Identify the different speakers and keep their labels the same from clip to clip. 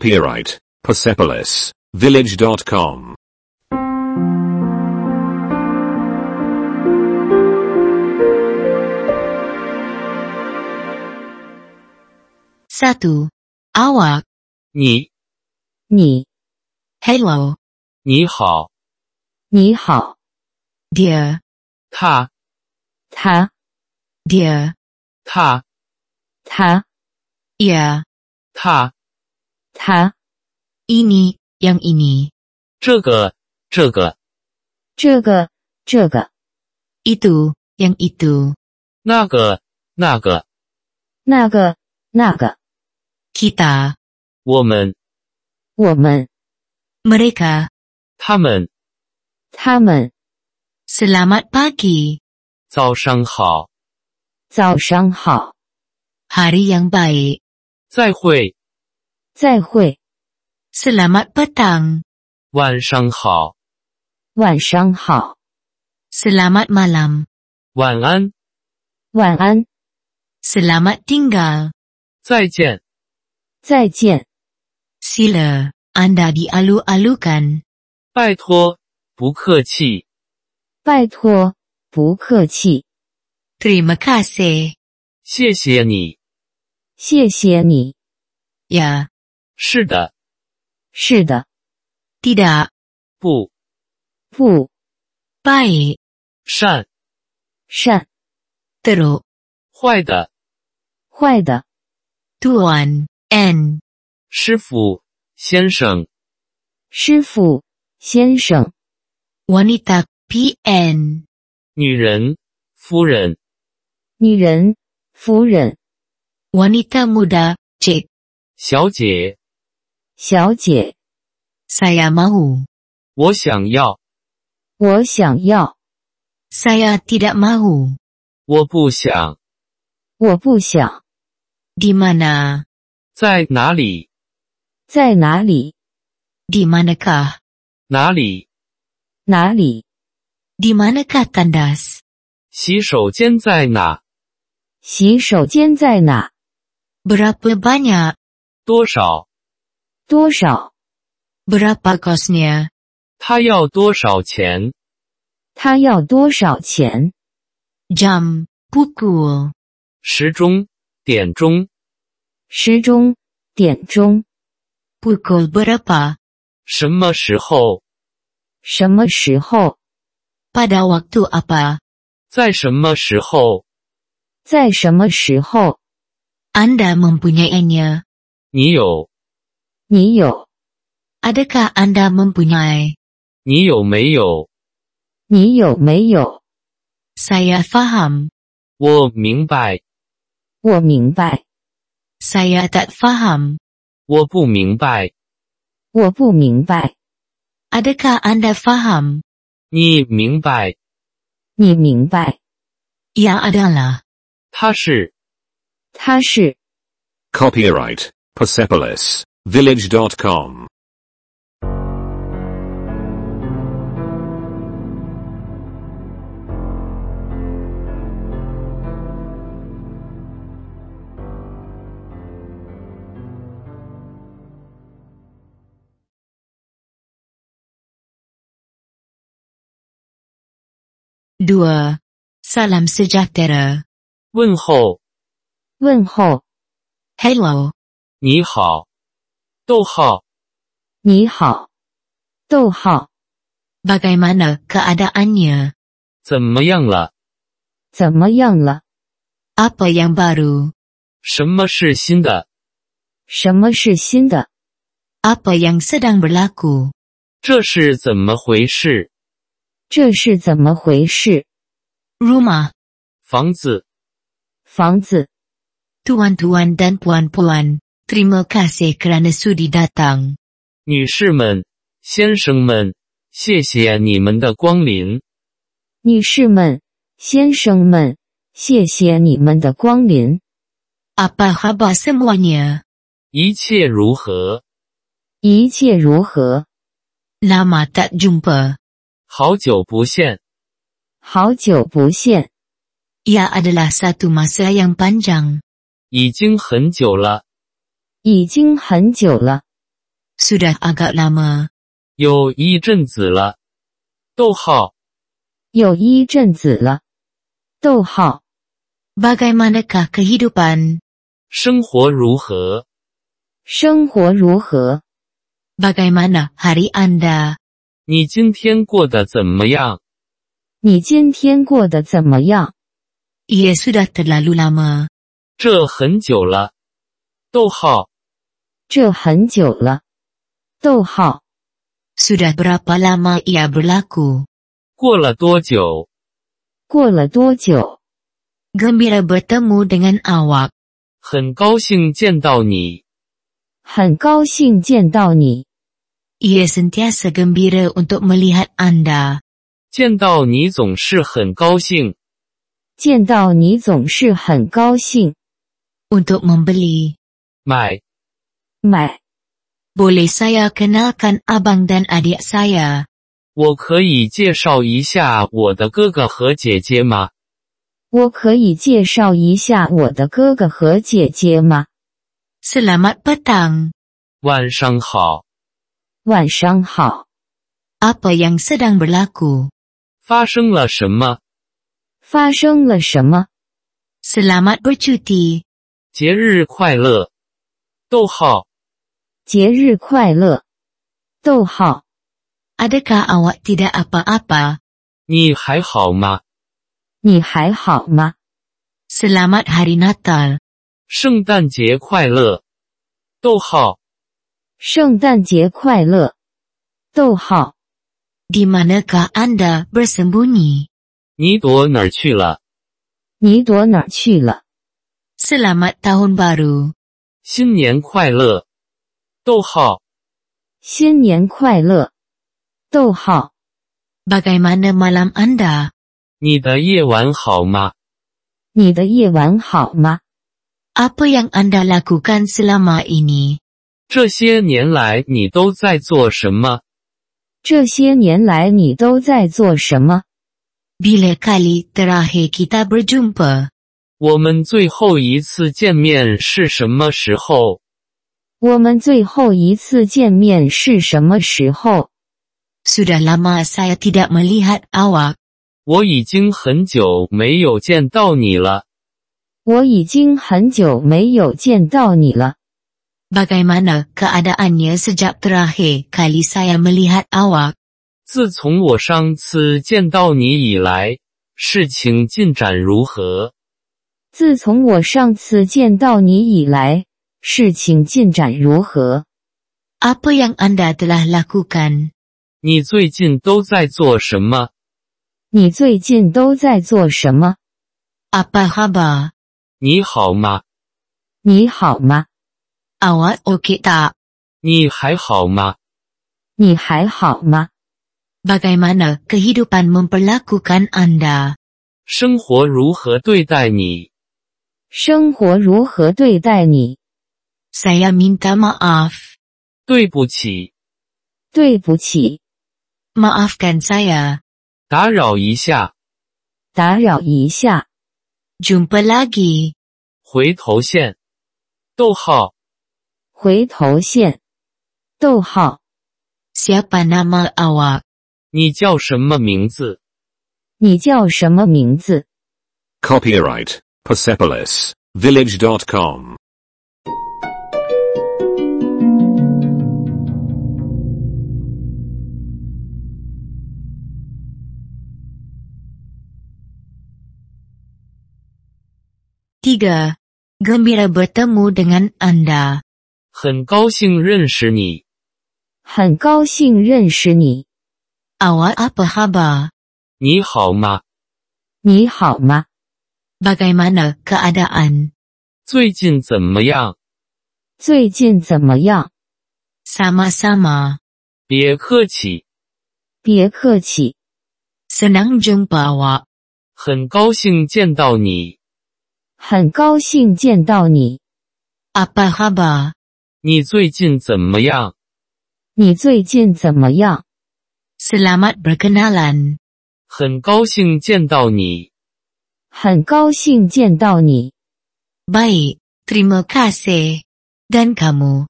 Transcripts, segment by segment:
Speaker 1: Copyright Persepolis Village.com.
Speaker 2: Satu. Awak.
Speaker 3: 你，
Speaker 2: 你. Hello.
Speaker 3: 你好，
Speaker 2: 你好. Dia.
Speaker 3: 他，
Speaker 2: 他. Dia.
Speaker 3: 他，
Speaker 2: 他. Ia.
Speaker 3: 他，
Speaker 2: 他. Ini. Yang ini.
Speaker 3: 这个，这个，
Speaker 2: 这个.这个. Itu. Yang itu.
Speaker 3: 那个，那个，
Speaker 2: 那个.那个. Kita.
Speaker 3: 我们，
Speaker 2: 我们. Mereka.
Speaker 3: 他们，
Speaker 2: 他们。Selamat pagi.
Speaker 3: 早上好，
Speaker 2: 早上好。Hari yang baik.
Speaker 3: 再会，
Speaker 2: 再会。Selamat petang.
Speaker 3: 晚上好，
Speaker 2: 晚上好。Selamat malam.
Speaker 3: 晚安，
Speaker 2: 晚安。Selamat tinggal.
Speaker 3: 再见，
Speaker 2: 再见。Sila, anda dialu-alukan.
Speaker 3: 拜托，不客气，
Speaker 2: 拜托，不客气。Terima kasih.
Speaker 3: 谢谢你。
Speaker 2: 谢谢你。Ya,
Speaker 3: 是的，
Speaker 2: 是的。Tidak,
Speaker 3: 不
Speaker 2: 不。Baik,
Speaker 3: 善，
Speaker 2: 善。Teruk,
Speaker 3: 坏的，
Speaker 2: 坏的。Tuan, n
Speaker 3: 师傅，先生，
Speaker 2: 师傅、先生。Wanita PN
Speaker 3: 女人，夫人，
Speaker 2: 女人、夫人。Wanita muda Cik
Speaker 3: 小姐，
Speaker 2: 小姐。Saya mau
Speaker 3: 我想要，
Speaker 2: 我想要。Saya tidak mau
Speaker 3: 我不想，
Speaker 2: 我不想。Di mana
Speaker 3: 在哪里？
Speaker 2: 在哪里？Di manakah
Speaker 3: 哪里？
Speaker 2: 哪里？Di manakah tandas
Speaker 3: 洗手间在哪？
Speaker 2: 洗手间在哪？Berapa banyak
Speaker 3: 多少？
Speaker 2: 多少？Berapa kosnya
Speaker 3: 他要多少钱？
Speaker 2: 他要多少钱？Jam pukul
Speaker 3: 时钟，点钟，
Speaker 2: 时钟点钟。Pukul berapa
Speaker 3: 什么时候？
Speaker 2: 什么时候？Pada waktu apa
Speaker 3: 在什么时候？
Speaker 2: 在什么时候？Anda mempunyainya
Speaker 3: 你有，
Speaker 2: 你有。Adakah Anda mempunyai
Speaker 3: 你有没有？
Speaker 2: 你有没有？Saya faham
Speaker 3: 我明白，
Speaker 2: 我明白。Saya tak faham
Speaker 3: 我不明白，
Speaker 2: 我不明白。Adakah Anda faham
Speaker 3: 你明白，
Speaker 2: 你明白？Ia adalah
Speaker 3: 他是，
Speaker 2: 他是
Speaker 1: Copyright Persepolis Village.com.
Speaker 2: dua. Salam sejahtera.
Speaker 3: 问候，
Speaker 2: 问候。Hello，
Speaker 3: 你好，逗号，
Speaker 2: 你好。逗号。Bagaimana keadaannya？
Speaker 3: 怎么样了？
Speaker 2: 怎么样了？Apa yang baru？
Speaker 3: 什么是新的？
Speaker 2: 什么是新的？Apa yang sedang berlaku？
Speaker 3: 这是怎么回事？
Speaker 2: 这是怎么回事？Rumah
Speaker 3: 房子，
Speaker 2: 房子。Tuan-tuan dan puan-puan, terima kasih kerana sudi datang.
Speaker 3: 女士们，先生们，谢谢你们的光临。
Speaker 2: 女士们、先生们，谢谢你们的光临。Apa khabar semuanya？
Speaker 3: 一切如何？
Speaker 2: 一切如何？Lama tak jumpa.
Speaker 3: 好久不见，
Speaker 2: 好久不见。Ia adalah satu masa yang panjang.
Speaker 3: 已经很久了。
Speaker 2: 已经很久了。 Sudah agak lama.
Speaker 3: 有一阵子了。逗号，
Speaker 2: 有一阵子了。逗号。Bagaimanakah kehidupan？
Speaker 3: 生活如何？
Speaker 2: 生活如何？Bagaimana hari anda？
Speaker 3: 你今天过得怎么样？
Speaker 2: 你今天过得怎么样？Ia sudah terlalu lama。
Speaker 3: 这很久了。逗号，
Speaker 2: 这很久了。逗号。Sudah berapa lama ia berlaku？
Speaker 3: 过了多久？
Speaker 2: 过了多久？Gembira bertemu dengan awak。
Speaker 3: 很高兴见到你。
Speaker 2: 很高兴见到你。Ia sentiasa gembira untuk melihat anda。
Speaker 3: 见到你总是很高兴。
Speaker 2: 见到你总是很高兴。Untuk membeli
Speaker 3: 买，
Speaker 2: 买。Boleh saya kenalkan abang dan adik saya？
Speaker 3: 我可以介绍一下我的哥哥和姐姐吗？
Speaker 2: 我可以介绍一下我的哥哥和姐姐吗？Selamat petang，
Speaker 3: 晚上好，
Speaker 2: 晚上好。Apa yang sedang berlaku？
Speaker 3: 发生了什么？
Speaker 2: 发生了什么？Selamat bercuti，
Speaker 3: 节日快乐。逗号，
Speaker 2: 节日快乐。逗号。Adakah awak tidak apa-apa？
Speaker 3: 你还好吗？
Speaker 2: 你还好吗？Selamat Hari Natal，
Speaker 3: 圣诞节快乐。逗号，
Speaker 2: 圣诞节快乐。逗号。Di manakah anda bersembunyi？
Speaker 3: 你躲哪儿去了？
Speaker 2: 你躲哪儿去了？Selamat Tahun Baru，
Speaker 3: 新年快乐。逗号，
Speaker 2: 新年快乐。逗号。Bagaimana malam anda？
Speaker 3: 你的夜晚好吗？
Speaker 2: 你的夜晚好吗？Apa yang anda lakukan selama ini？
Speaker 3: 这些年来你都在做什么？
Speaker 2: 这些年来你都在做什么？Bila kali terakhir kita berjumpa？
Speaker 3: 我们最后一次见面是什么时候？
Speaker 2: 我们最后一次见面是什么时候？Sudah lama saya tidak melihat awak。
Speaker 3: 我已经很久没有见到你了。
Speaker 2: 我已经很久没有见到你了。Bagaimana keadaannya sejak terakhir kali saya melihat awak？
Speaker 3: 自从我上次见到你以来，事情进展如何？
Speaker 2: 自从我上次见到你以来，事情进展如何？Apa yang anda telah lakukan？
Speaker 3: 你最近都在做什么？
Speaker 2: 你最近都在做什么？Apa kabar？
Speaker 3: 你好吗？
Speaker 2: 你好吗？Awak okey tak？
Speaker 3: 你还好吗？
Speaker 2: 你还好吗？Bagaimana kehidupan memperlakukan anda？
Speaker 3: 生活如何对待你？
Speaker 2: 生活如何对待你？Saya minta maaf。
Speaker 3: 对不起，
Speaker 2: 对不起。Maafkan saya。
Speaker 3: 打扰一下，
Speaker 2: 打扰一下。Jumpa lagi。
Speaker 3: 回头线。逗号，
Speaker 2: 回头线。逗号。Siapa nama awak？
Speaker 3: 你叫什么名字？
Speaker 2: 你叫什么名字？
Speaker 1: Copyright Persepolis Village.com.
Speaker 2: Tiga. Gembira bertemu dengan anda.
Speaker 3: 很高兴认识你。
Speaker 2: 很高兴认识你。Awak apa kabar？
Speaker 3: 你好吗？
Speaker 2: 你好吗？Bagaimana keadaan？
Speaker 3: 最近怎么样？
Speaker 2: 最近怎么样？Sama-sama。
Speaker 3: 别客气，
Speaker 2: 别客气。Senang jumpa awak。
Speaker 3: 很高兴见到你。
Speaker 2: 很高兴见到你。Apa kabar？
Speaker 3: 你最近怎么样？
Speaker 2: 你最近怎么样？Selamat berkenalan。
Speaker 3: 很高兴见到你。
Speaker 2: 很高兴见到你。Baik, terima kasih. Dan kamu？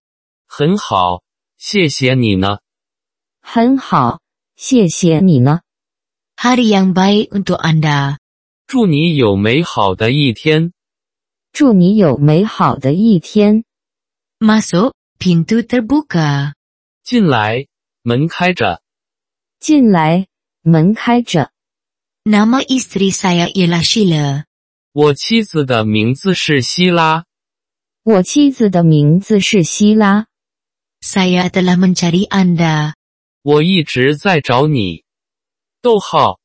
Speaker 3: 很好，谢谢你呢。
Speaker 2: 很好，谢谢你呢。Hari yang baik untuk anda。
Speaker 3: 祝你有美好的一天。
Speaker 2: 祝你有美好的一天。Masuk, pintu terbuka。
Speaker 3: 进来，门开着。
Speaker 2: 进来，门开着。Nama istri saya ialah Sheila。
Speaker 3: 我妻子的名字是希拉。
Speaker 2: 我妻子的名字是希拉。Saya telah mencari anda。
Speaker 3: 我一直在找你。逗号，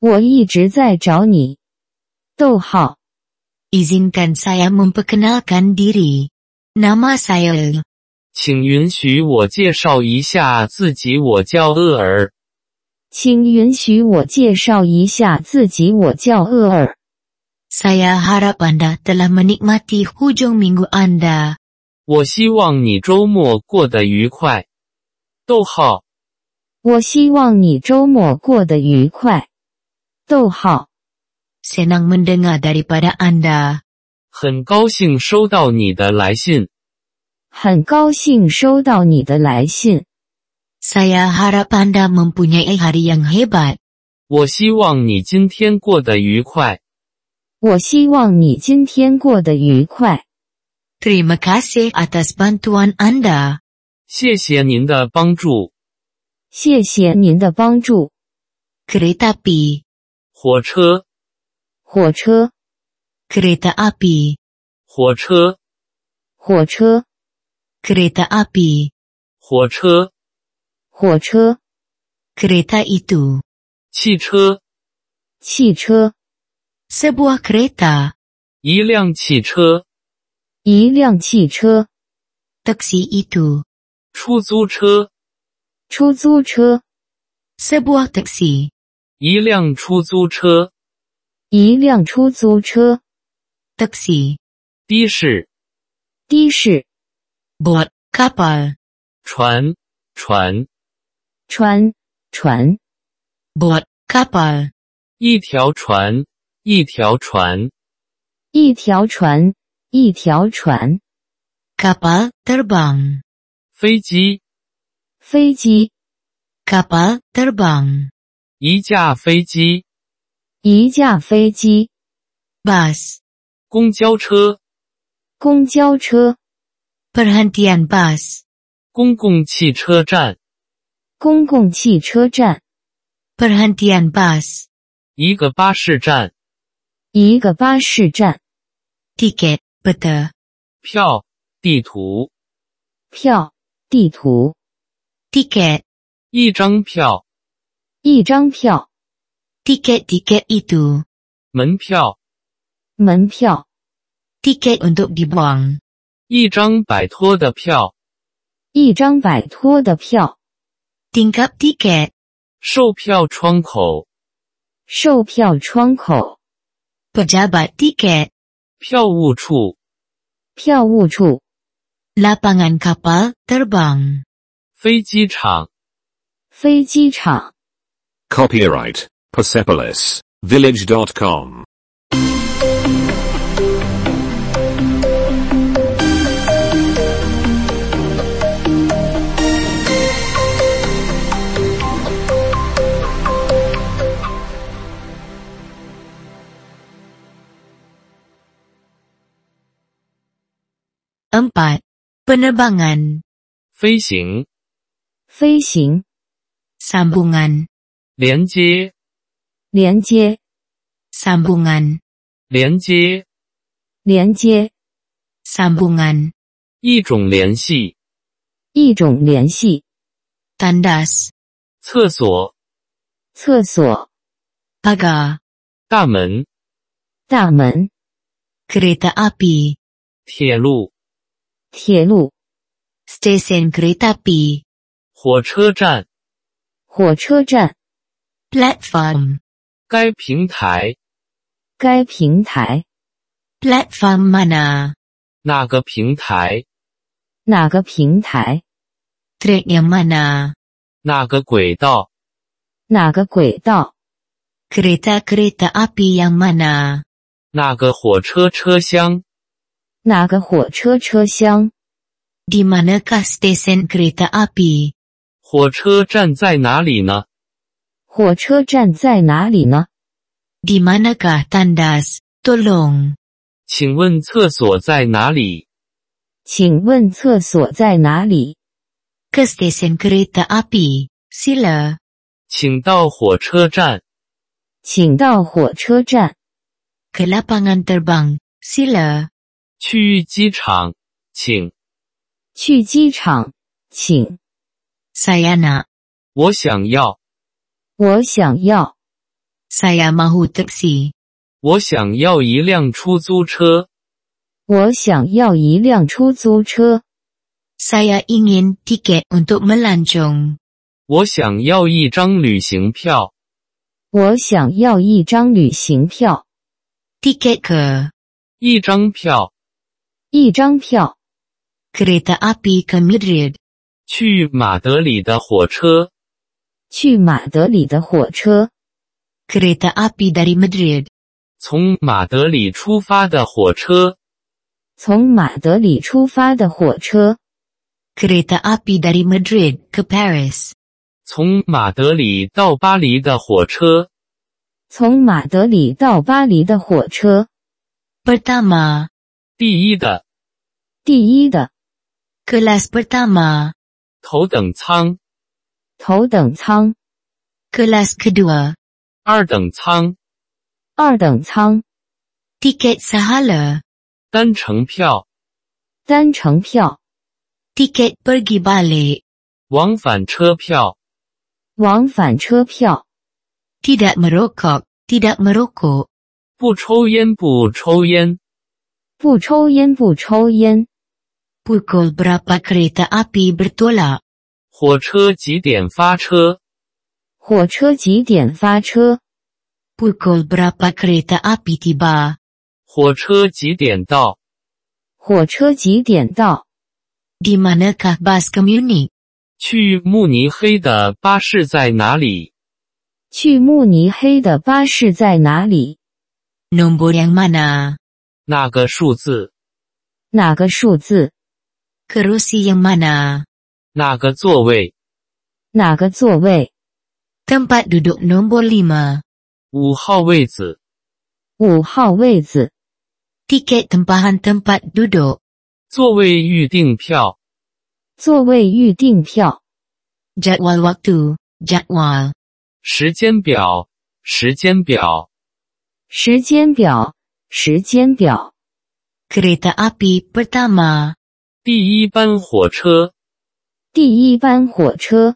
Speaker 2: 我一直在找你。逗号。Izinkan saya memperkenalkan diri. Nama saya.
Speaker 3: 请允许我介绍一下自己，我叫厄尔。
Speaker 2: 请允许我介绍一下自己，我叫厄尔。Saya harap anda telah menikmati hujung minggu anda.
Speaker 3: 我希望你周末过得愉快。逗号，
Speaker 2: 我希望你周末过得愉快。逗号。Senang mendengar daripada anda.
Speaker 3: 很高兴收到你的来信。
Speaker 2: 很高兴收到你的来信。Saya harap anda mempunyai hari yang hebat.
Speaker 3: 我希望你今天过得愉快。
Speaker 2: 我希望你今天过得愉快。Terima kasih atas bantuan anda.
Speaker 3: 谢谢您的帮助。
Speaker 2: 谢谢您的帮助。Kereta api，
Speaker 3: 火车，
Speaker 2: 火车。Kereta api，
Speaker 3: 火车，
Speaker 2: 火车。Kereta api，
Speaker 3: 火车，
Speaker 2: 火车。Kereta itu，
Speaker 3: 汽车，
Speaker 2: 汽车。Sebuah kereta，
Speaker 3: 一辆汽车，
Speaker 2: 一辆汽车。Taksi itu，
Speaker 3: 出租车，
Speaker 2: 出租车。Sebuah taksi，
Speaker 3: 一辆出租车，
Speaker 2: 一辆出租车。Taksi，
Speaker 3: 的士，
Speaker 2: 的士。Bot kapal，
Speaker 3: 船，船，
Speaker 2: 船，船。Bot kapal，
Speaker 3: 一条船，一条船，
Speaker 2: 一条船，一条船。Kapal terbang，
Speaker 3: 飞机，
Speaker 2: 飞机。Kapal terbang，
Speaker 3: 一架飞机，
Speaker 2: 一架飞机。Bus，
Speaker 3: 公交车，
Speaker 2: 公交车。Perhentian bus，
Speaker 3: 公共汽车站，
Speaker 2: 公共汽车站。Perhentian bus，
Speaker 3: 一个巴士站，
Speaker 2: 一个巴士站。Ticket, peta，
Speaker 3: 票，地图，
Speaker 2: 票，地图。Ticket，
Speaker 3: 一张票，
Speaker 2: 一张票。Tiket tiket itu，
Speaker 3: 门票，
Speaker 2: 门票。Tiket untuk dibuang，
Speaker 3: 一张摆脱的票，
Speaker 2: 一张摆脱的票。Tingkap tiket，
Speaker 3: 售票窗口，
Speaker 2: 售票窗口。Pejabat tiket，
Speaker 3: 票务处，
Speaker 2: 票务处。Lapangan kapal terbang，
Speaker 3: 飞机场，
Speaker 2: 飞机场。
Speaker 1: Copyright Persepolis Village.com.
Speaker 2: Empat, penerbangan,
Speaker 3: 飞行，
Speaker 2: 飞行。Sambungan,
Speaker 3: 连接，
Speaker 2: 连接。Sambungan,
Speaker 3: 连接，
Speaker 2: 连接。Sambungan,
Speaker 3: 一种联系，
Speaker 2: 一种联系。Tandas,
Speaker 3: 厕所，
Speaker 2: 厕所。Pagar,
Speaker 3: 大门，
Speaker 2: 大门。Kereta api,
Speaker 3: 铁路，
Speaker 2: 铁路。Stesen kereta api,
Speaker 3: 火车站，
Speaker 2: 火车站。Platform,
Speaker 3: 该平台，
Speaker 2: 该平台。Platform mana?
Speaker 3: 哪个平台，
Speaker 2: 哪个平台？Track yang mana?
Speaker 3: 哪个轨道，
Speaker 2: 哪个轨道？Kereta kereta api yang mana?
Speaker 3: 哪个火车车厢。
Speaker 2: 哪个火车车厢 Di manakah stesen kereta api?
Speaker 3: 火车站在哪里呢？
Speaker 4: 火车站在哪里呢？
Speaker 2: Di manakah tandas? Tolong.
Speaker 3: 请问厕所在哪里？
Speaker 4: 请问厕所在哪里？
Speaker 2: Ke stesen kereta api. Sila.
Speaker 3: 请到火车站。
Speaker 4: 请到火车站，
Speaker 2: Ke lapangan terbang. Sila.
Speaker 3: 去机场，请。
Speaker 4: 去机场，请。
Speaker 2: Saya nak.
Speaker 3: 我想要，
Speaker 4: 我想要，
Speaker 2: Saya mahu teksi.
Speaker 3: 我想要一辆出租车。
Speaker 4: 我想要一辆出租车，
Speaker 2: Saya ingin tiket untuk melancong.
Speaker 3: 我想要一张旅行票。
Speaker 4: 我想要一张旅行票，
Speaker 2: Tiket ke
Speaker 3: 一张票，
Speaker 4: 一张票
Speaker 2: kereta api ke Madrid.
Speaker 3: 去马德里的火车。
Speaker 4: 去马德里的火车，
Speaker 2: Kereta api dari Madrid.
Speaker 3: 从马德里出发的火车。
Speaker 4: 从马德里出发的火车，
Speaker 2: Kereta api dari Madrid ke Paris.
Speaker 3: 从马德里到巴黎的火车，
Speaker 4: 从马德里到巴黎的火车，
Speaker 2: Pertama,
Speaker 3: 第一的
Speaker 4: 第一的
Speaker 2: kelas pertama,
Speaker 3: 头等舱、
Speaker 4: 头等舱、
Speaker 2: kelas kedua,
Speaker 3: 二等舱、
Speaker 4: 二等舱、
Speaker 2: tiket sahala,
Speaker 3: 单程票、
Speaker 4: 单程票、
Speaker 2: tiket pergi balik.
Speaker 3: 往返车票、
Speaker 4: 往返车票，
Speaker 2: Tidak merokok, tidak merokok.
Speaker 3: 不抽烟不抽烟、
Speaker 4: 不抽烟不抽烟，
Speaker 2: Pukul berapa kereta api bertolak?
Speaker 3: 火车几点发车、
Speaker 4: 火车几点发车？
Speaker 2: Pukul berapa kereta api tiba?
Speaker 3: 火车几点到、
Speaker 4: 火车几点到？
Speaker 2: Di manakah bas ke Munich?
Speaker 3: 去慕尼黑的巴士在哪里、
Speaker 4: 去慕尼黑的巴士在哪里？
Speaker 2: Nombor yang mana?
Speaker 3: 那个数字、
Speaker 4: 哪个数字？
Speaker 2: Kerusi yang mana?
Speaker 3: 那个座位、
Speaker 4: 哪个座位？
Speaker 2: Tempat duduk nombor 5.
Speaker 3: 五号位子、
Speaker 4: 五号位子，
Speaker 2: Tiket tempahan tempat duduk.
Speaker 3: 座位预订票、
Speaker 4: 座位预订票，
Speaker 2: Jadwal waktu. Jadwal.
Speaker 3: 时间表、时间表、
Speaker 4: 时间表，时间表。
Speaker 2: Kereta api pertama.
Speaker 3: 第一班火车、
Speaker 4: 第一班火车，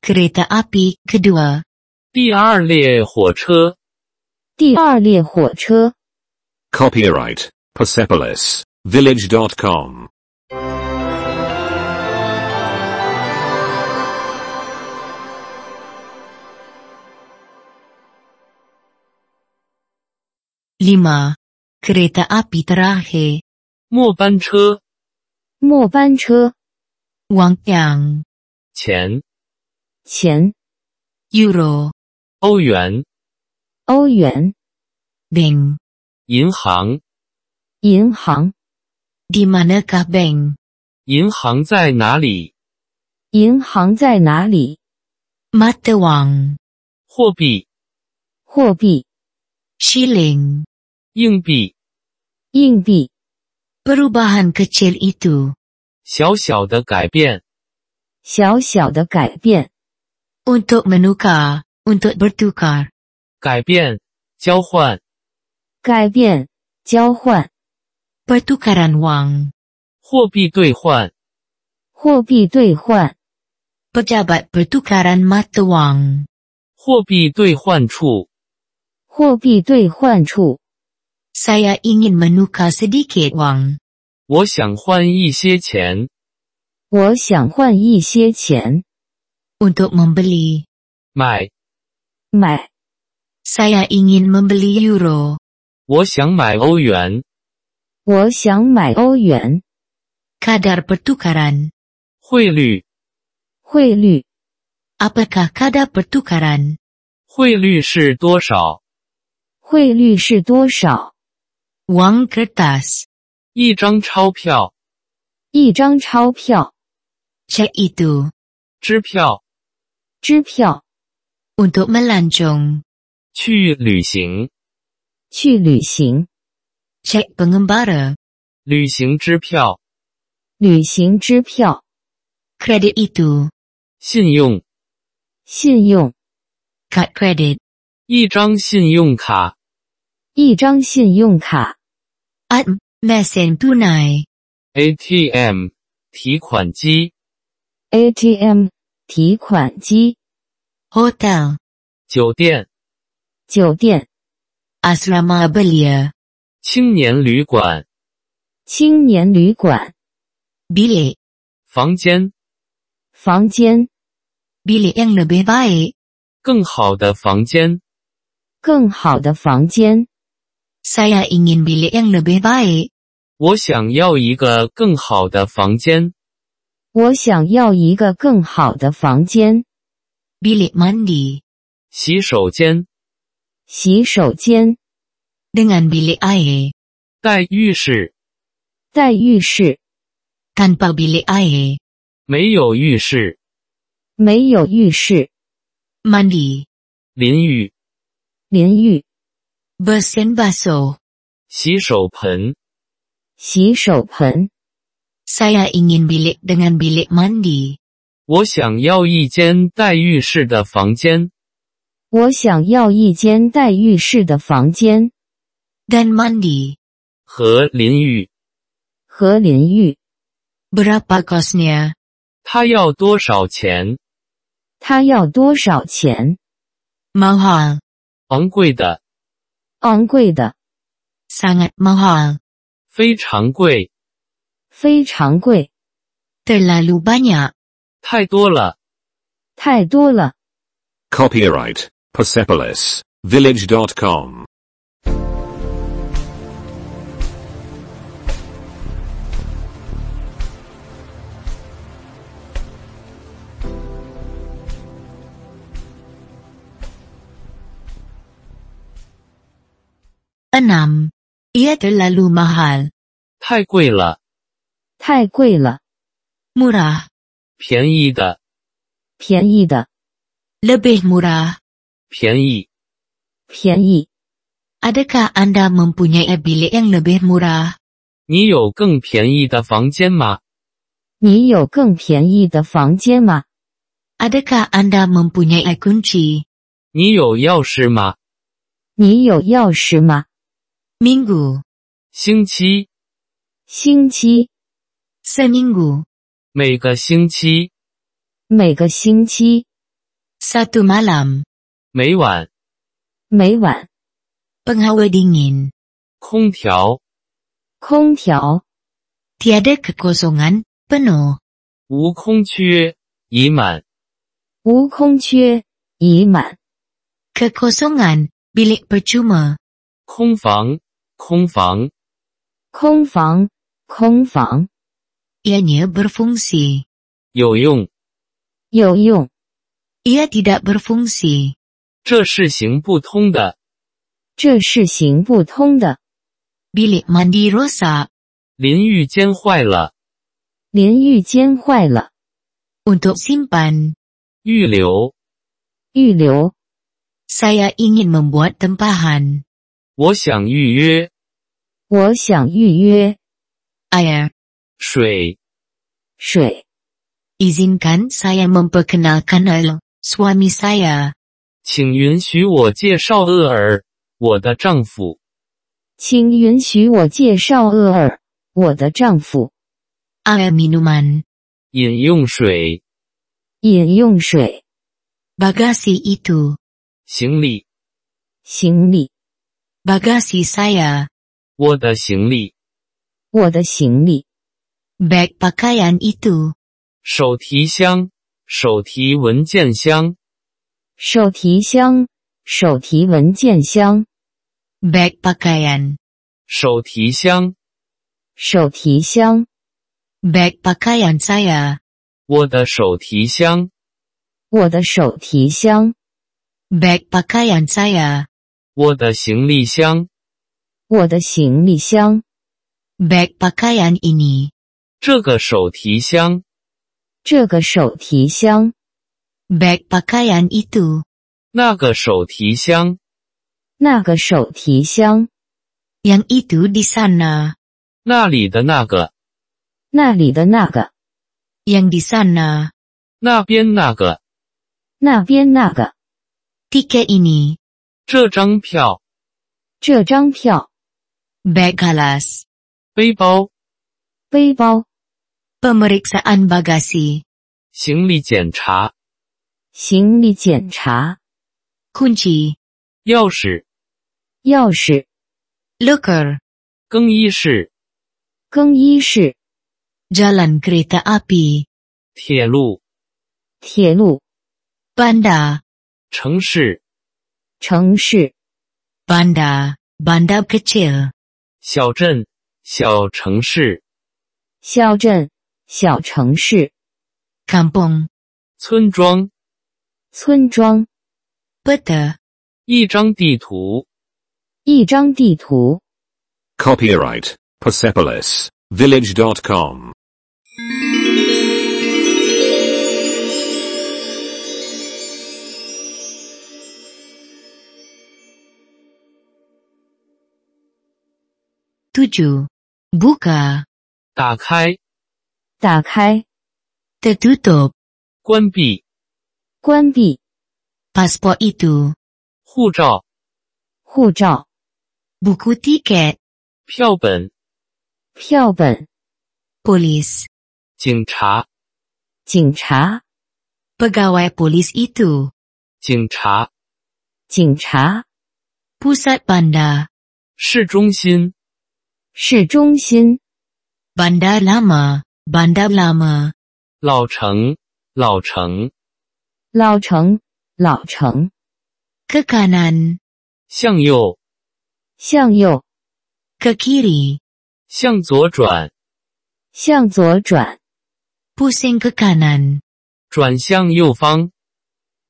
Speaker 2: Kereta api kedua.
Speaker 3: 第二列火车。
Speaker 4: 第二列火车。
Speaker 1: Copyright Persepolis Village.com.
Speaker 2: Lima. Kereta api terakhir.
Speaker 3: 末班车
Speaker 4: 末班车
Speaker 2: Wang yang.
Speaker 3: 钱、
Speaker 4: 钱
Speaker 2: Euro.
Speaker 3: 欧元、
Speaker 4: 欧元，
Speaker 2: Bank.
Speaker 3: 银行。
Speaker 4: 银行
Speaker 2: Di manakah bank?
Speaker 3: 银行在哪里？
Speaker 4: 银行在哪里？
Speaker 2: Mata wang.
Speaker 3: 货币、
Speaker 4: 货币
Speaker 2: Shilling.
Speaker 3: 硬币，
Speaker 4: 硬币，
Speaker 2: Perubahan kecil itu.
Speaker 3: 小小的改变，
Speaker 4: 小小的改变，
Speaker 2: Untuk menukar. Untuk bertukar.
Speaker 3: 改变，交换，
Speaker 4: 改变，交换，
Speaker 2: Pertukaran wang.
Speaker 3: 货币兑换，
Speaker 4: 货币兑换，
Speaker 2: Pejabat pertukaran mata wang.
Speaker 3: 货币兑换处，
Speaker 4: 货币兑换处。
Speaker 2: Saya ingin menukar sedikit wang.
Speaker 3: 我想换一些钱，
Speaker 4: 我想换一些钱
Speaker 2: Untuk membeli.
Speaker 3: 买，
Speaker 4: 买，
Speaker 2: Saya ingin membeli euro.
Speaker 3: 我想买欧元，
Speaker 4: 我想买欧元
Speaker 2: Kadar pertukaran.
Speaker 3: 汇率，
Speaker 4: 汇率，
Speaker 2: Apakah kadar pertukaran?
Speaker 3: 汇率是多少？
Speaker 4: 汇率是多少？
Speaker 2: Wang kertas.
Speaker 3: 一张钞票，
Speaker 4: 一张钞票，
Speaker 2: Cek itu
Speaker 3: 支票，
Speaker 4: 支票，
Speaker 2: untuk melancong.
Speaker 3: 去旅行，
Speaker 4: 去旅行，
Speaker 2: Cek pengembara.
Speaker 3: 旅行支票，
Speaker 4: 旅行支票，
Speaker 2: Kredit itu
Speaker 3: 信用，
Speaker 4: 信用，
Speaker 2: kad kredit.
Speaker 3: 一张信用卡，
Speaker 4: 一张信用卡，
Speaker 2: At mesin tunai.
Speaker 3: ATM 提款机，
Speaker 4: ATM 提款机、
Speaker 2: Hotel.
Speaker 3: 酒店、
Speaker 4: 酒店、
Speaker 2: Asrama belia.
Speaker 3: 青年旅馆、
Speaker 4: 青年旅馆、
Speaker 2: Bilik.
Speaker 3: 房间、
Speaker 4: 房间、
Speaker 2: Bilik yang lebih baik.
Speaker 3: 更好的房间。
Speaker 4: 更好的房间。
Speaker 2: Saya ingin bilik yang lebih baik.
Speaker 3: 我想要一个更好的房间，
Speaker 4: 我想要一个更好的房间，
Speaker 2: Bilik mandi.
Speaker 3: 洗手间
Speaker 4: 洗手间、
Speaker 2: Dengan bilik air.
Speaker 3: 带浴室，
Speaker 4: 带浴室、
Speaker 2: Tanpa bilik air.
Speaker 3: 没有浴室，
Speaker 4: 没有浴室、
Speaker 2: Mandi.
Speaker 3: 淋浴，
Speaker 4: 淋浴、
Speaker 2: Besen basuh.
Speaker 3: 洗手盆，
Speaker 4: 洗手盆。
Speaker 2: Saya ingin bilik dengan bilik mandi.
Speaker 3: 我想要一间带浴室的房间，
Speaker 4: 我想要一间带浴室的房间
Speaker 2: Dan mandi.
Speaker 3: 和淋浴，
Speaker 4: 和淋浴，
Speaker 2: Berapa kosnya?
Speaker 3: 它要多少钱？
Speaker 4: 它要多少钱？
Speaker 2: Mahal.
Speaker 3: 昂贵的，
Speaker 4: 昂贵的，
Speaker 2: Sangat mahal.
Speaker 3: 非常贵，
Speaker 4: 非常贵，
Speaker 2: Terlalu banyak.
Speaker 3: 太多了。
Speaker 4: 太多了。
Speaker 1: Copyright Persepolis Village.com.
Speaker 2: Enam. Ia terlalu mahal.
Speaker 3: 太贵了，
Speaker 4: 太贵了，
Speaker 2: Murah.
Speaker 3: 便宜的，
Speaker 4: 便宜的，
Speaker 2: Lebih murah.
Speaker 3: 便宜。
Speaker 4: 便宜。
Speaker 2: Adakah Anda mempunyai bilik yang lebih murah?
Speaker 3: 你有更便宜的房间吗？
Speaker 4: 你有更便宜的房间吗？
Speaker 2: Adakah Anda mempunyai kunci?
Speaker 3: 你有钥匙吗？
Speaker 4: 你有钥匙吗？
Speaker 2: Minggu.
Speaker 3: 星期，
Speaker 4: 星期，
Speaker 2: Seminggu.
Speaker 3: 每个星期，
Speaker 4: 每个星期，
Speaker 2: Satu malam.
Speaker 3: 每晚，
Speaker 4: 每晚，
Speaker 2: Penghawa dingin.
Speaker 3: 空调，
Speaker 4: 空调
Speaker 2: Tiada kekosongan. Penuh.
Speaker 3: 无空缺，已满。
Speaker 4: 无空缺，已满。
Speaker 2: Kekosongan. Bilik percuma.
Speaker 3: 空房，空房，
Speaker 4: 空房，空房
Speaker 2: Ianya berfungsi.
Speaker 3: 有用，
Speaker 4: 有用，
Speaker 2: Ia tidak berfungsi.
Speaker 3: 这是行不通的。
Speaker 4: 这是行不通的。
Speaker 2: Bilik mandi rosak.
Speaker 3: 淋浴间坏了，
Speaker 4: 淋浴间坏了，
Speaker 2: Untuk simpan.
Speaker 3: 预留。
Speaker 4: 预留。
Speaker 2: Saya ingin membuat tempahan.
Speaker 3: 我想预约
Speaker 4: 我想预约
Speaker 2: Air.
Speaker 3: 水，
Speaker 4: 水，
Speaker 2: Izinkan saya memperkenalkan Al, suami saya.
Speaker 3: 请允许我介绍厄尔，我的丈夫。
Speaker 4: 请允许我介绍厄尔，我的丈夫。
Speaker 2: Al minuman.
Speaker 3: 饮用水，
Speaker 4: 饮用水、
Speaker 2: Bagasi itu.
Speaker 3: 行李，
Speaker 4: 行李，
Speaker 2: Bagasi saya.
Speaker 3: 我的行李，
Speaker 4: 我的行李，
Speaker 2: Beg pakaian itu.
Speaker 3: 手提箱，手提文件箱，
Speaker 4: 手提箱、手提文件箱、
Speaker 2: Beg pakaian.
Speaker 3: 手提箱，
Speaker 4: 手提箱、
Speaker 2: Beg pakaian saya.
Speaker 3: 我的手提箱，
Speaker 4: 我的手提箱、
Speaker 2: Beg pakaian saya.
Speaker 3: 我的行李箱，
Speaker 4: 我的行李箱。
Speaker 2: Beg pakaian ini.
Speaker 3: 这个手提箱，
Speaker 4: 这个手提箱，
Speaker 2: Bag pakaian itu.
Speaker 3: 那个手提箱，
Speaker 4: 那个手提箱，
Speaker 2: Yang itu di sana.
Speaker 3: 那里的那个，
Speaker 4: 那里的那个，
Speaker 2: Yang di sana.
Speaker 3: 那边那个，
Speaker 4: 那边那个，
Speaker 2: Tiket ini.
Speaker 3: 这张票，
Speaker 4: 这张票，
Speaker 2: Bag galas.
Speaker 3: 背包，
Speaker 4: 背包，
Speaker 2: Pemeriksaan bagasi.
Speaker 3: 行李检查，
Speaker 4: 行李检查，
Speaker 2: Kunci.
Speaker 3: 钥匙，
Speaker 4: 钥匙，
Speaker 2: Locker.
Speaker 3: 更衣室，
Speaker 4: 更衣室，
Speaker 2: Jalan kereta api.
Speaker 3: 铁路，
Speaker 4: 铁路，
Speaker 2: Bandar.
Speaker 3: 城市，
Speaker 4: 城市，
Speaker 2: Bandar. Bandar kecil.
Speaker 3: 小镇，小城市，
Speaker 4: 小镇，小城市，
Speaker 2: Kampung.
Speaker 3: 村庄，
Speaker 4: 村庄，
Speaker 2: Peta.
Speaker 3: 一张地图，
Speaker 4: 一张地图。
Speaker 1: Copyright Persepolis Village.com.
Speaker 2: Tujuh. Buka.
Speaker 3: 打开，
Speaker 4: 打开，
Speaker 2: Tertutup.
Speaker 3: 关闭，
Speaker 4: 关闭
Speaker 2: Paspor itu.
Speaker 3: 护照，
Speaker 4: 护照、
Speaker 2: Buku tiket.
Speaker 3: 票本，
Speaker 4: 票本、
Speaker 2: Polis.
Speaker 3: 警察，
Speaker 4: 警察、
Speaker 2: Pegawai polis itu.
Speaker 3: 警察，
Speaker 4: 警察、
Speaker 2: Pusat bandar.
Speaker 3: 市中心，
Speaker 4: 市中心、
Speaker 2: Bandar lama. Bandar lama.
Speaker 3: 老城，老城，
Speaker 4: 老城、老城、
Speaker 2: Ke kanan.
Speaker 3: 向右，
Speaker 4: 向右、
Speaker 2: Ke kiri.
Speaker 3: 向左转，
Speaker 4: 向左转、
Speaker 2: Pusing ke kanan.
Speaker 3: 转向右方，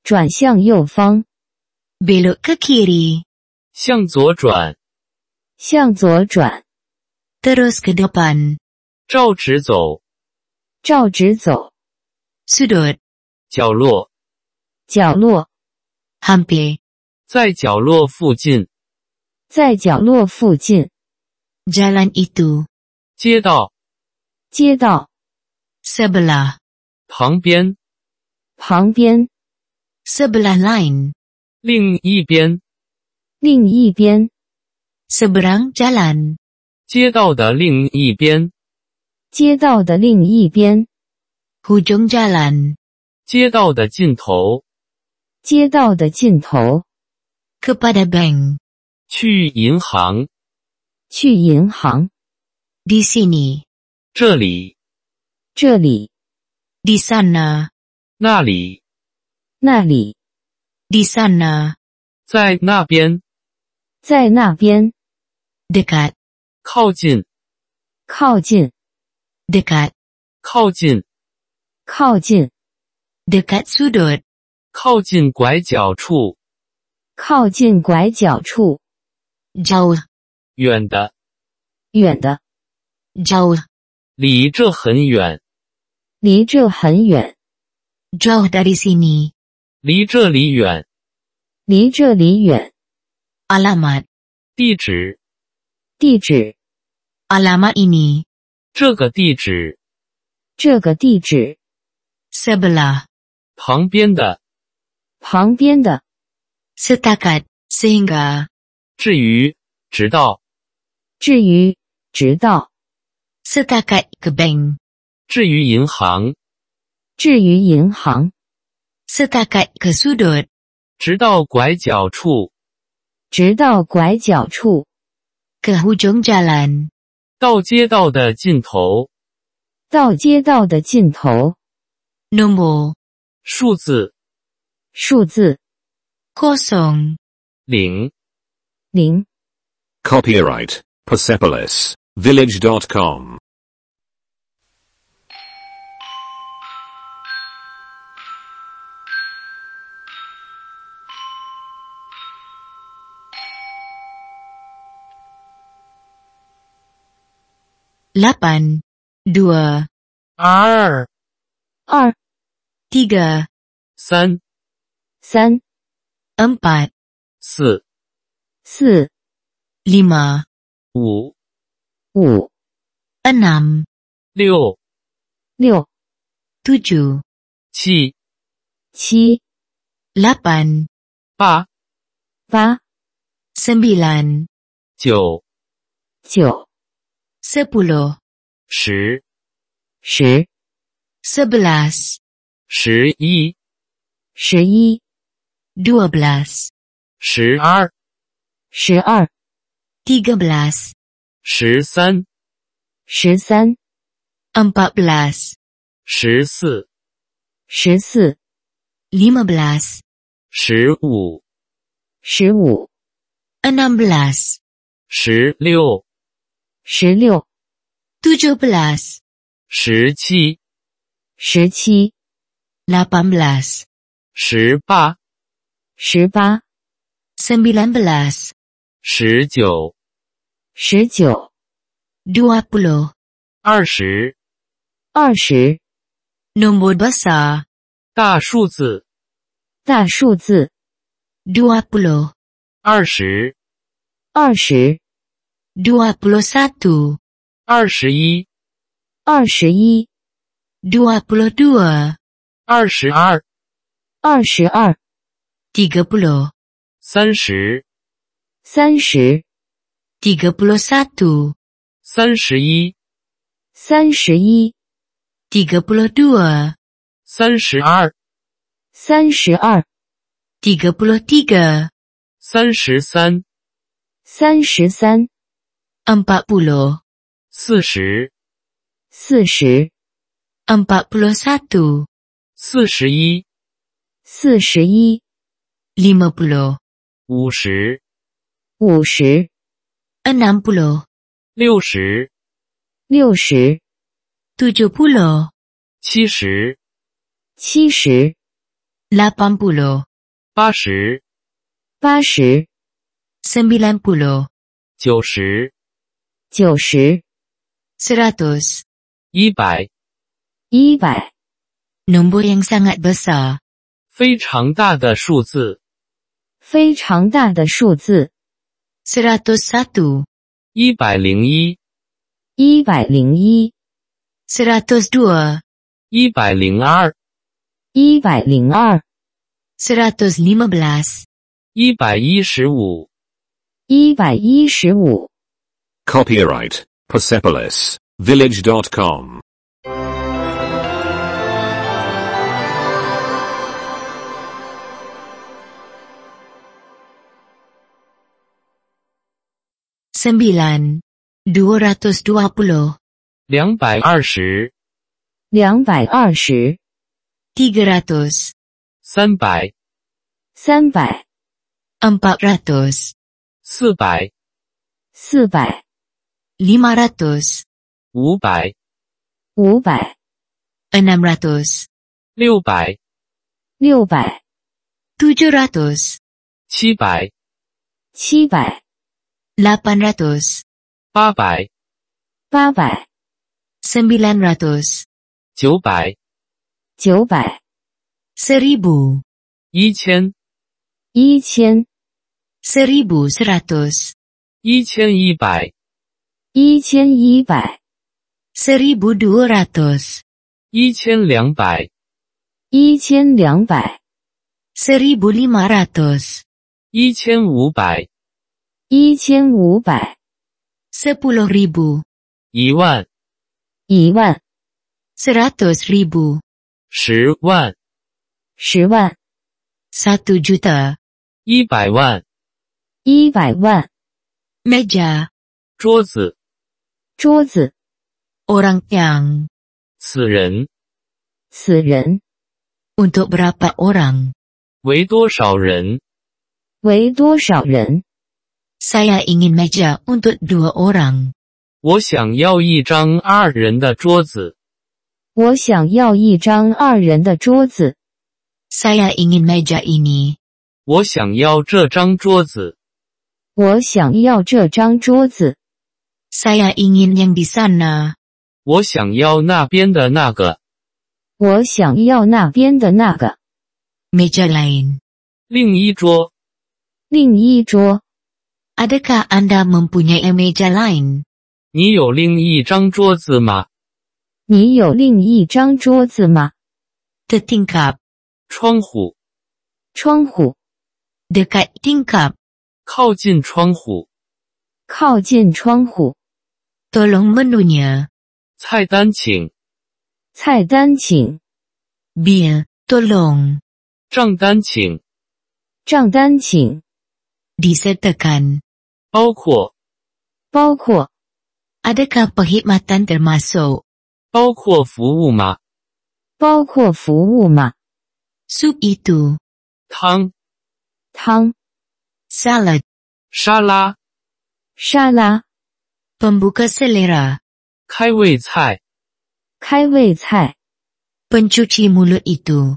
Speaker 4: 转向右方、
Speaker 2: Belok ke kiri.
Speaker 3: 向左转，
Speaker 4: 向左转、
Speaker 2: Terus ke depan.
Speaker 3: 照直走，
Speaker 4: 照直走、
Speaker 2: Sudut.
Speaker 3: 角落，
Speaker 4: 角落、
Speaker 2: Hampir.
Speaker 3: 在角落附近，
Speaker 4: 在角落附近、
Speaker 2: Jalan itu.
Speaker 3: 街道
Speaker 4: 街道
Speaker 2: Sebelah.
Speaker 3: 旁边，
Speaker 4: 旁边、
Speaker 2: Sebelah lain.
Speaker 3: 另一边，
Speaker 4: 另一边、
Speaker 2: Seberang jalan.
Speaker 3: 街道的另一边，
Speaker 4: 街道的另一边、
Speaker 2: Hujung jalan.
Speaker 3: 街道的尽头，
Speaker 4: 街道的尽头、
Speaker 2: Kepada bank.
Speaker 3: 去银行，
Speaker 4: 去银行、
Speaker 2: Di sini.
Speaker 3: 这里，
Speaker 4: 这里、
Speaker 2: Di sana.
Speaker 3: 那里，
Speaker 4: 那里、
Speaker 2: Di sana.
Speaker 3: 在那边，
Speaker 4: 在那边、
Speaker 2: Dekat.
Speaker 3: 靠近，
Speaker 4: 靠近、
Speaker 2: Dekat.
Speaker 3: 靠近，
Speaker 4: 靠近、
Speaker 2: Dekat sudut.
Speaker 3: 靠近拐角处，
Speaker 4: 靠近拐角处、
Speaker 2: Jauh.
Speaker 3: 远的，
Speaker 4: 远的、
Speaker 2: Jauh.
Speaker 3: 离这很远，
Speaker 4: 离这很远、
Speaker 2: Jauh dari sini.
Speaker 3: 离这里远，
Speaker 4: 离这里远。
Speaker 2: Alamat.
Speaker 3: 地址，
Speaker 4: 地址：
Speaker 2: Alamat ini.
Speaker 3: 这个地址，
Speaker 4: 这个地址
Speaker 2: Sebelah.
Speaker 3: 旁边的，
Speaker 4: 旁边的
Speaker 2: Setakat. Sehingga.
Speaker 3: 至于，直到，
Speaker 4: 至于直到
Speaker 2: Setakat ke bank.
Speaker 3: 至于银行，
Speaker 4: 至于银行
Speaker 2: Setakat ke sudut.
Speaker 3: 直到拐角处，
Speaker 4: 直到拐角处
Speaker 2: Ke hujung jalan.
Speaker 3: 到街道的尽头，
Speaker 4: 到街道的尽头
Speaker 2: Nombor.
Speaker 3: 数字
Speaker 4: 数字
Speaker 2: Kosong.
Speaker 3: 零。
Speaker 4: 零
Speaker 1: Copyright Persepolis Village.com.
Speaker 2: Lapan. dua,
Speaker 3: 二、
Speaker 4: 二、
Speaker 2: tiga,
Speaker 3: 三、
Speaker 4: 三、
Speaker 2: empat,
Speaker 3: 四、
Speaker 4: 四、
Speaker 2: lima,
Speaker 3: 五、
Speaker 4: 五、
Speaker 2: enam,
Speaker 3: 六、
Speaker 4: 六、
Speaker 2: tujuh,
Speaker 3: 七、
Speaker 4: 七、
Speaker 2: lapan,
Speaker 3: 八、
Speaker 4: 八、
Speaker 2: sembilan,
Speaker 3: 九、
Speaker 4: 九、
Speaker 2: sepuluh,
Speaker 3: 十、
Speaker 4: 十、
Speaker 2: sebelas,
Speaker 3: 十一、
Speaker 4: 十一、
Speaker 2: dua belas,
Speaker 3: 十二、
Speaker 4: 十二、
Speaker 2: tiga belas,
Speaker 3: 十三、
Speaker 4: 十三、
Speaker 2: empat belas,
Speaker 3: 十四、
Speaker 4: 十四、
Speaker 2: lima belas,
Speaker 3: 十五、
Speaker 4: 十五、
Speaker 2: enam belas,
Speaker 3: 十六、
Speaker 4: 十六、
Speaker 2: tujuh belas,
Speaker 3: 十七、
Speaker 4: 十七、
Speaker 2: lapan belas,
Speaker 3: 十八、
Speaker 4: 十八、
Speaker 2: sembilan belas,
Speaker 3: 十九、
Speaker 4: 十九、
Speaker 2: dua puluh,
Speaker 3: 二十。
Speaker 4: 二十。
Speaker 2: nombor besar,
Speaker 3: 大数字
Speaker 4: 大数字
Speaker 2: dua puluh,
Speaker 3: 二十、
Speaker 4: 二十、
Speaker 2: dua puluh satu,
Speaker 3: 二十一、
Speaker 4: 二十一、
Speaker 2: dua puluh dua,
Speaker 3: 二十二、
Speaker 4: 二十二、
Speaker 2: tiga puluh,
Speaker 3: 三十、
Speaker 4: 三十、
Speaker 2: tiga puluh satu,
Speaker 3: 三十一、
Speaker 4: 三十一、
Speaker 2: tiga puluh dua,
Speaker 3: 三十二、
Speaker 4: 三十二、
Speaker 2: tiga puluh tiga,
Speaker 3: 三十三、
Speaker 4: 三十三、
Speaker 2: empat puluh,
Speaker 3: 四十、
Speaker 4: 四十、
Speaker 2: empat puluh satu,
Speaker 3: 四十一、
Speaker 4: 四十一、
Speaker 2: lima puluh,
Speaker 3: 五十、
Speaker 4: 五十、
Speaker 2: enam puluh,
Speaker 3: 六十、
Speaker 4: 六十、
Speaker 2: tujuh puluh,
Speaker 3: 七十、
Speaker 4: 七十、
Speaker 2: lapan puluh,
Speaker 3: 八十、
Speaker 4: 八十、
Speaker 2: sembilan puluh,
Speaker 3: 九十、
Speaker 4: 九十、
Speaker 2: seratus.
Speaker 3: 一百，
Speaker 4: 一百，
Speaker 2: Nombor yang sangat besar.
Speaker 3: 非常大的数字。
Speaker 4: 非常大的数字
Speaker 2: Seratus satu,
Speaker 3: 一百零一、
Speaker 4: 一百零一、
Speaker 2: seratus dua,
Speaker 3: 一百零二、
Speaker 4: 一百零二、
Speaker 2: seratus lima belas,
Speaker 3: 一百一十五、
Speaker 4: 一百一十五。
Speaker 1: Copyright Persepolis Village.com.
Speaker 2: sembilan, dua ratus dua puluh,
Speaker 3: 两百二十、
Speaker 4: 两百二十、
Speaker 2: tiga ratus,
Speaker 3: 三百、
Speaker 4: 三百、
Speaker 2: empat ratus,
Speaker 3: 四百、
Speaker 4: 四百、
Speaker 2: lima ratus,
Speaker 3: 五百、
Speaker 4: 五百、
Speaker 2: enam ratus,
Speaker 3: 六百、
Speaker 4: 六百、
Speaker 2: tujuh ratus,
Speaker 3: 七百、
Speaker 4: 七百、
Speaker 2: lapan ratus,
Speaker 3: 八百、
Speaker 4: 八百、
Speaker 2: sembilan ratus,
Speaker 3: 九百、
Speaker 4: 九百、
Speaker 2: seribu,
Speaker 3: 一千、
Speaker 4: 一千、
Speaker 2: seribu seratus,
Speaker 3: 一千一百、
Speaker 4: 一千一百、
Speaker 2: seribu dua ratus,
Speaker 3: 一千两百、
Speaker 4: 一千两百、
Speaker 2: seribu lima ratus,
Speaker 3: 一千五百、
Speaker 4: 一千五百、
Speaker 2: sepuluh ribu,
Speaker 3: 一万、
Speaker 4: 一万、
Speaker 2: seratus ribu.
Speaker 3: 十万、
Speaker 4: 十万、
Speaker 2: Satu juta.
Speaker 3: 一百万。
Speaker 4: 一百万。
Speaker 2: Meja.
Speaker 3: 桌子、
Speaker 4: 桌子、
Speaker 2: Orang yang.
Speaker 3: 死人，
Speaker 4: 死人
Speaker 2: Untuk berapa orang?
Speaker 3: 为多少人？
Speaker 4: 为多少人？
Speaker 2: Saya ingin meja untuk dua orang.
Speaker 3: 我想要一张二人的桌子。
Speaker 4: 我想要一张二人的桌子，
Speaker 2: Saya ingin meja ini.
Speaker 3: 我想要这张桌子。
Speaker 4: 我想要这张桌子，
Speaker 2: Saya ingin yang di sana.
Speaker 3: 我想要那边的那个。
Speaker 4: 我想要那边的那个
Speaker 2: Meja lain.
Speaker 3: 另一桌，
Speaker 4: 另一桌。
Speaker 2: Adakah Anda mempunyai meja lain?
Speaker 3: 你有另一张桌子吗？
Speaker 4: 你有另一张桌子吗？
Speaker 2: Tertingkap.
Speaker 3: 窗户，
Speaker 4: 窗户
Speaker 2: Dekat tingkap.
Speaker 3: 靠近窗户。
Speaker 4: 靠近窗户。
Speaker 2: Tolong menunya.
Speaker 3: 菜单请，
Speaker 4: 菜单请，
Speaker 2: Bil. Tolong.
Speaker 3: 账单请，
Speaker 4: 账单请，
Speaker 2: Disertakan.
Speaker 3: 包括
Speaker 4: 包括
Speaker 2: Adakah perkhidmatan termasuk?
Speaker 3: 包括服务吗？
Speaker 4: 包括服务吗？
Speaker 2: Sup itu.
Speaker 3: 汤、
Speaker 4: 汤、
Speaker 2: Salad.
Speaker 3: 沙拉、
Speaker 4: 沙拉、
Speaker 2: Pembuka selera.
Speaker 3: 开胃菜、
Speaker 4: 开胃菜、
Speaker 2: Pencuci mulut itu.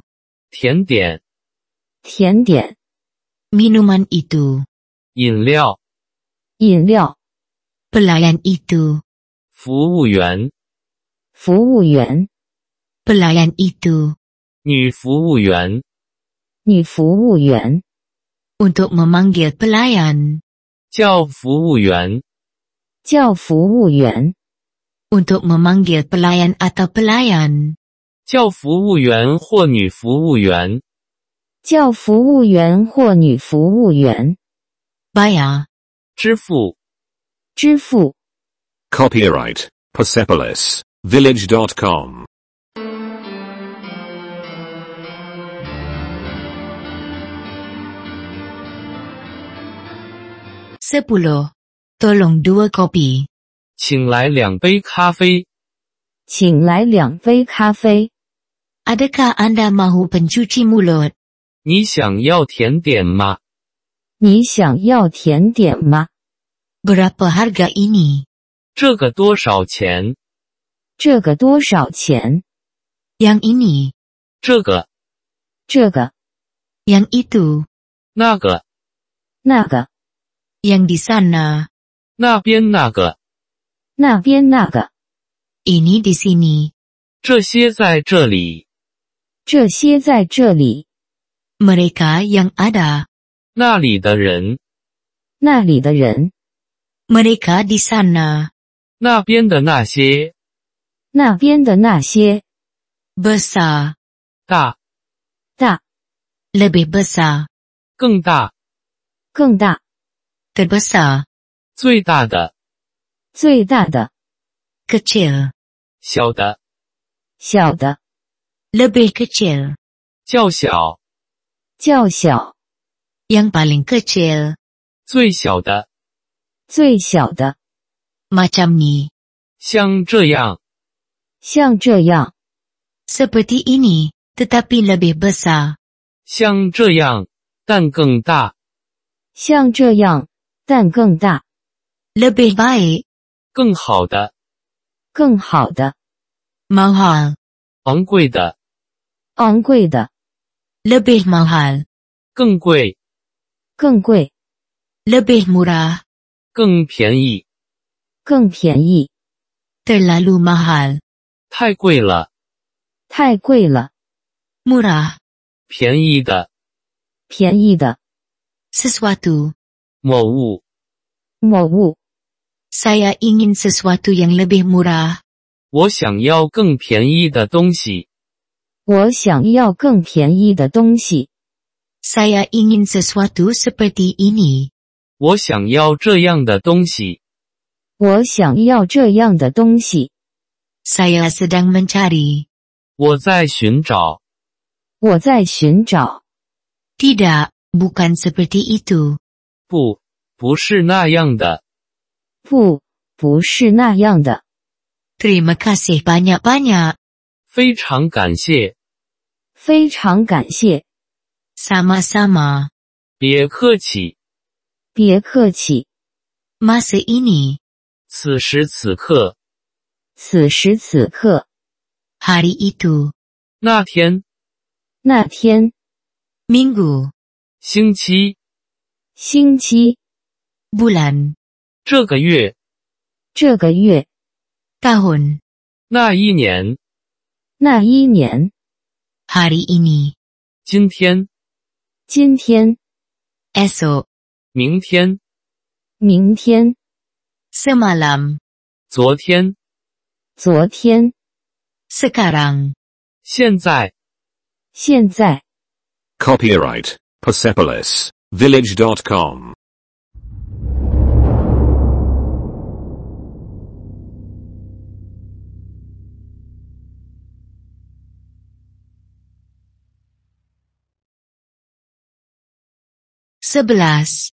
Speaker 3: 甜点、
Speaker 4: 甜点、
Speaker 2: Minuman itu.
Speaker 3: 饮料、
Speaker 4: 饮料。
Speaker 2: Pelayan itu.
Speaker 3: 服务员、
Speaker 4: 服务员、
Speaker 2: Pelayan itu.
Speaker 3: 女服务员、
Speaker 4: 女服务员
Speaker 2: Untuk memanggil pelayan.
Speaker 3: 叫服务员、
Speaker 4: 叫服务员，
Speaker 2: Untuk memanggil pelayan atau pelayan.
Speaker 3: 叫服务员或女服务员、
Speaker 4: 叫服务员或女服务员
Speaker 2: Bayar.
Speaker 3: 支付、
Speaker 4: 支付。
Speaker 1: Copyright Persepolis Village.com.
Speaker 2: Sepuluh. Tolong dua kopi.
Speaker 3: 请来两杯咖啡。
Speaker 4: 请来两杯咖啡。
Speaker 2: Adakah Anda mahu pencuci mulut?
Speaker 3: 你想要甜点吗？
Speaker 4: 你想要甜点吗？
Speaker 2: Berapa harga ini?
Speaker 3: 这个多少钱？
Speaker 4: 这个多少钱？
Speaker 2: Yang ini,
Speaker 3: 这个、
Speaker 4: 这个、
Speaker 2: yang itu,
Speaker 3: 那个、
Speaker 4: 那个、
Speaker 2: yang di sana,
Speaker 3: 那边那个，
Speaker 4: 那边那个，
Speaker 2: ini di sini.
Speaker 3: 这些在这里，
Speaker 4: 这些在这里，
Speaker 2: Mereka yang ada.
Speaker 3: 那里的人，
Speaker 4: 那里的人，
Speaker 2: Mereka di sana.
Speaker 3: 那边的那些，
Speaker 4: 那边的那些
Speaker 2: Besar.
Speaker 3: 大、
Speaker 4: 大
Speaker 2: Lebih besar.
Speaker 3: 更大、
Speaker 4: 更大
Speaker 2: Terbesar.
Speaker 3: 最大的、
Speaker 4: 最大的
Speaker 2: Kecil.
Speaker 3: 小的、
Speaker 4: 小的
Speaker 2: Lebih kecil.
Speaker 3: 较小、
Speaker 4: 较小
Speaker 2: Yang paling kecil.
Speaker 3: 最小的，
Speaker 4: 最小的，
Speaker 2: Macam ni.
Speaker 3: 像这样，
Speaker 4: 像这样。
Speaker 2: Seperti ini. Tetapi lebih besar.
Speaker 3: 像这样，但更大、
Speaker 4: 像这样，但更大、
Speaker 2: Lebih baik.
Speaker 3: 更好的、
Speaker 4: 更好的、
Speaker 2: Mahal.
Speaker 3: 昂贵的、
Speaker 4: 昂贵的、
Speaker 2: Lebih mahal.
Speaker 3: 更贵、
Speaker 4: 更贵、
Speaker 2: Lebih murah.
Speaker 3: 更便宜，
Speaker 4: 更便宜，
Speaker 2: Terlalu mahal.
Speaker 3: 太贵了，
Speaker 4: 太贵了，
Speaker 2: Murah.
Speaker 3: 便宜的
Speaker 4: 便宜的
Speaker 2: Sesuatu.
Speaker 3: 某物。
Speaker 4: 某物。
Speaker 2: Saya ingin sesuatu yang lebih murah.
Speaker 3: 我想要更便宜的东西，
Speaker 4: 我想要更便宜的东西，
Speaker 2: Saya ingin sesuatu seperti ini.
Speaker 3: 我想要这样的东西，
Speaker 4: 我想要这样的东西。
Speaker 2: Saya sedang mencari.
Speaker 3: 我在寻找，
Speaker 4: 我在寻找，
Speaker 2: Tidak, bukan seperti itu.
Speaker 3: 不，不是那样的，
Speaker 4: 不，不是那样的。
Speaker 2: Terima kasih banyak-banyak.
Speaker 3: 非常感谢，
Speaker 4: 非常感谢，
Speaker 2: Sama-sama.
Speaker 3: 别客气，
Speaker 4: 别客气。
Speaker 2: Masa ini,
Speaker 3: 此时此刻，
Speaker 4: 此时此刻，
Speaker 2: hari itu,
Speaker 3: 那天，
Speaker 4: 那天，
Speaker 2: minggu,
Speaker 3: 星期，
Speaker 4: 星期，
Speaker 2: bulan,
Speaker 3: 这个月，
Speaker 4: 这个月，
Speaker 2: tahun,
Speaker 3: 那一年，
Speaker 4: 那一年，
Speaker 2: hari ini,
Speaker 3: 今天，
Speaker 4: 今天，
Speaker 2: esok,
Speaker 3: 明天，
Speaker 4: 明天，
Speaker 2: semalam,
Speaker 3: 昨天，
Speaker 4: 昨天，
Speaker 2: sekarang,
Speaker 3: 现在，
Speaker 4: 现在。
Speaker 1: Copyright Persepolis Village.com.
Speaker 2: sebelas,